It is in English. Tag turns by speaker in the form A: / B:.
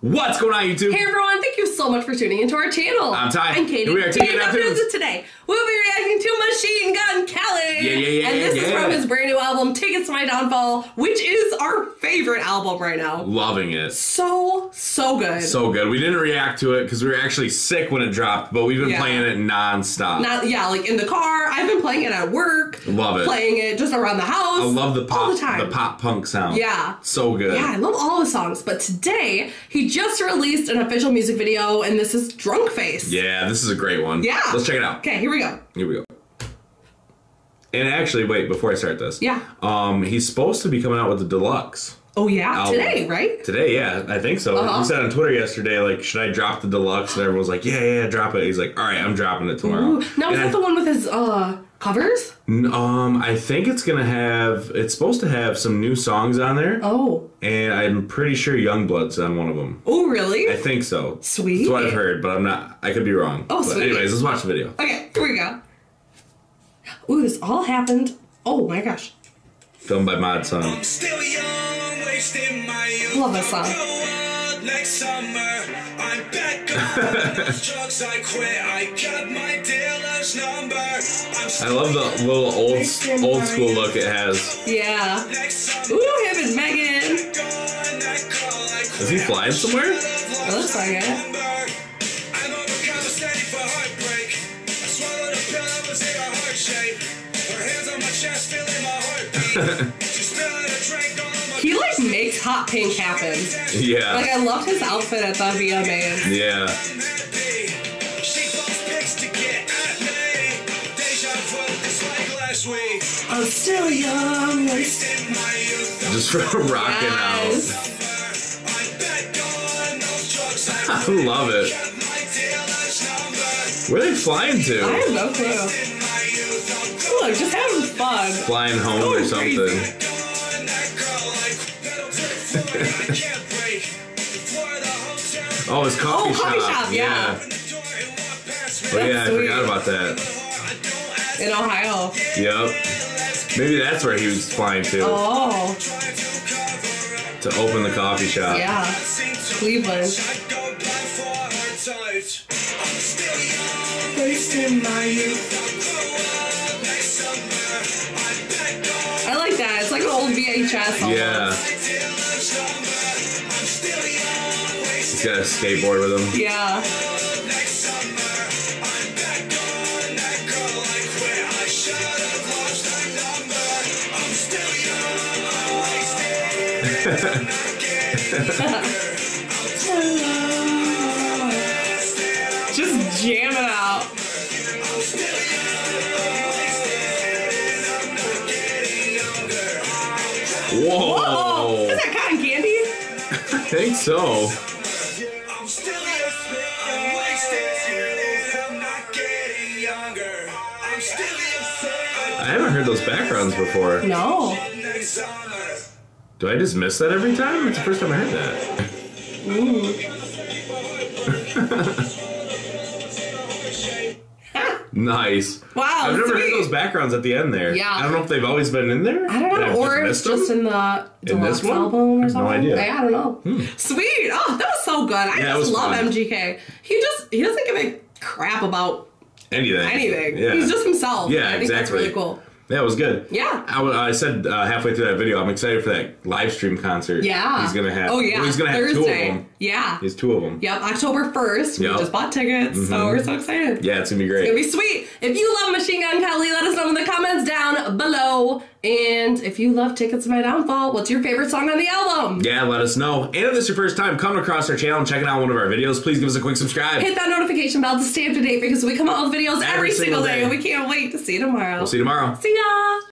A: What's going on, YouTube?
B: Hey everyone, thank you so much for tuning into our channel.
A: I'm Ty.
B: I'm Katie.
A: And we are
B: Today,
A: Team
B: Enough
A: Neptunes.
B: News today. We'll be reacting to Machine Gun Kelly.
A: Yeah, yeah, yeah,
B: And this is
A: yeah.
B: from his brand new album, Tickets to My Downfall, which is our favorite album right now.
A: Loving it.
B: So, so good.
A: So good. We didn't react to it because we were actually sick when it dropped, but we've been
B: Yeah.
A: playing it nonstop.
B: Not yeah, like in the car. I've been playing it at work.
A: Love it.
B: Playing it just around the house.
A: I love the pop,
B: all the time.
A: pop punk sound.
B: Yeah.
A: so good.
B: Yeah, I love all his songs, but today he just released an official music video, and this is Drunk Face.
A: Yeah, this is a great one.
B: Yeah.
A: let's check it out.
B: Okay, here we go.
A: Here we go. And actually, wait before I start this.
B: Yeah.
A: Um, he's supposed to be coming out with the deluxe
B: Oh yeah,
A: album.
B: today, right?
A: Today, yeah, I think so.
B: Uh-huh.
A: He said on Twitter yesterday, like, should I drop the deluxe? And everyone's like, yeah, yeah, yeah, drop it. He's like, all right, I'm dropping it tomorrow.
B: Ooh, now is
A: And I
B: that the one with his uh covers?
A: N- Um, I think it's gonna have. It's supposed to have some new songs on there,
B: Oh.
A: and I'm pretty sure Youngblood's on one of them.
B: Oh really?
A: I think so.
B: Sweet.
A: That's what I've heard, but I'm not. I could be wrong.
B: Oh,
A: but
B: sweet.
A: Anyways, let's watch the video.
B: Okay, here we go. Ooh, this all happened. Oh my gosh.
A: Filmed by Mod Sun.
C: I'm still young, wasting my youth.
B: Love that song.
C: I'll grow up Like summer, I'm back on those drugs. I quit. I got my dealer's number. I'm
A: I
C: still
A: love the little old old school look it has.
B: Yeah.
C: like
B: Ooh,
C: summer.
B: him and Megan.
C: Gone, I call, I
A: Is he
C: quit.
A: flying somewhere?
C: I've
B: That looks
C: lost
B: like
C: my
B: it.
C: number. I'm overcome, steady for heartbreak. I swallowed a pill, I was in a heart shape. Her hands on my chest, feeling my heartbeat. She's spilling a drink all on my
B: He like makes hot pink happen. Like
A: Yeah.
B: I loved his outfit at the VMAs.
A: Yeah.
B: I'm still young. like-
A: Just rocking out.
B: Yes.
A: I love it. Where are they flying
B: I
A: to?
B: have no clue. Look, just having fun.
A: Flying home or something. Oh, it's coffee
B: Oh, coffee shop, yeah.
A: Oh yeah, I
B: Sweet.
A: forgot about that.
B: In Ohio.
A: Yep. Maybe that's where he was flying to.
B: Oh.
A: To open the coffee shop.
B: Yeah. Cleveland. I like that. It's like an old VHS. almost.
A: Yeah. He's got a skateboard with him.
B: Yeah. Just jam it out.
A: Whoa!
B: Oh, is that cotton candy?
A: I think so.
C: I'm still young, I'm wasted, I'm not getting younger. I'm still young,
A: I haven't heard those backgrounds before.
B: No.
C: next summer.
A: Do I just miss that every time? It's the first time I heard that. nice.
B: Wow,
A: I've never
B: sweet.
A: heard those backgrounds at the end there.
B: Yeah.
A: I don't know if they've always been in there.
B: I don't
A: and
B: know,
A: I've
B: or
A: missed
B: it's just
A: them.
B: in the
A: In this
B: deluxe
A: one?
B: album
A: I have
B: or
A: no
B: something.
A: idea.
B: I, I don't know. Sweet. Oh, that was so good. I
A: that was
B: just love
A: fun.
B: MGK. He just he doesn't give a crap about
A: anything.
B: anything.
A: Yeah.
B: He's just himself.
A: Yeah,
B: I think
A: exactly.
B: that's really cool.
A: Yeah, it was good.
B: Yeah.
A: I, w- I said uh, halfway through that video, I'm excited for that live stream concert.
B: Yeah.
A: he's gonna have.
B: Oh yeah.
A: well, he's gonna have
B: Thursday.
A: two of them.
B: Yeah.
A: He's two of them.
B: Yep, October
A: Yep.
B: 1st.
A: Mm-hmm.
B: We just bought tickets, so we're so excited.
A: Yeah, it's gonna be great.
B: It's gonna be sweet. If you love Machine Gun Kelly, let us know in the comments down below. And if you love Tickets to My Downfall, what's your favorite song on the album?
A: yeah, let us know. And if this is your first time coming across our channel and checking out one of our videos, please give us a quick subscribe.
B: Hit that notification bell to stay up to date because we come out with videos every, single day.
A: single
B: and
A: day.
B: we can't wait to see you tomorrow.
A: we'll see you tomorrow.
B: see ya!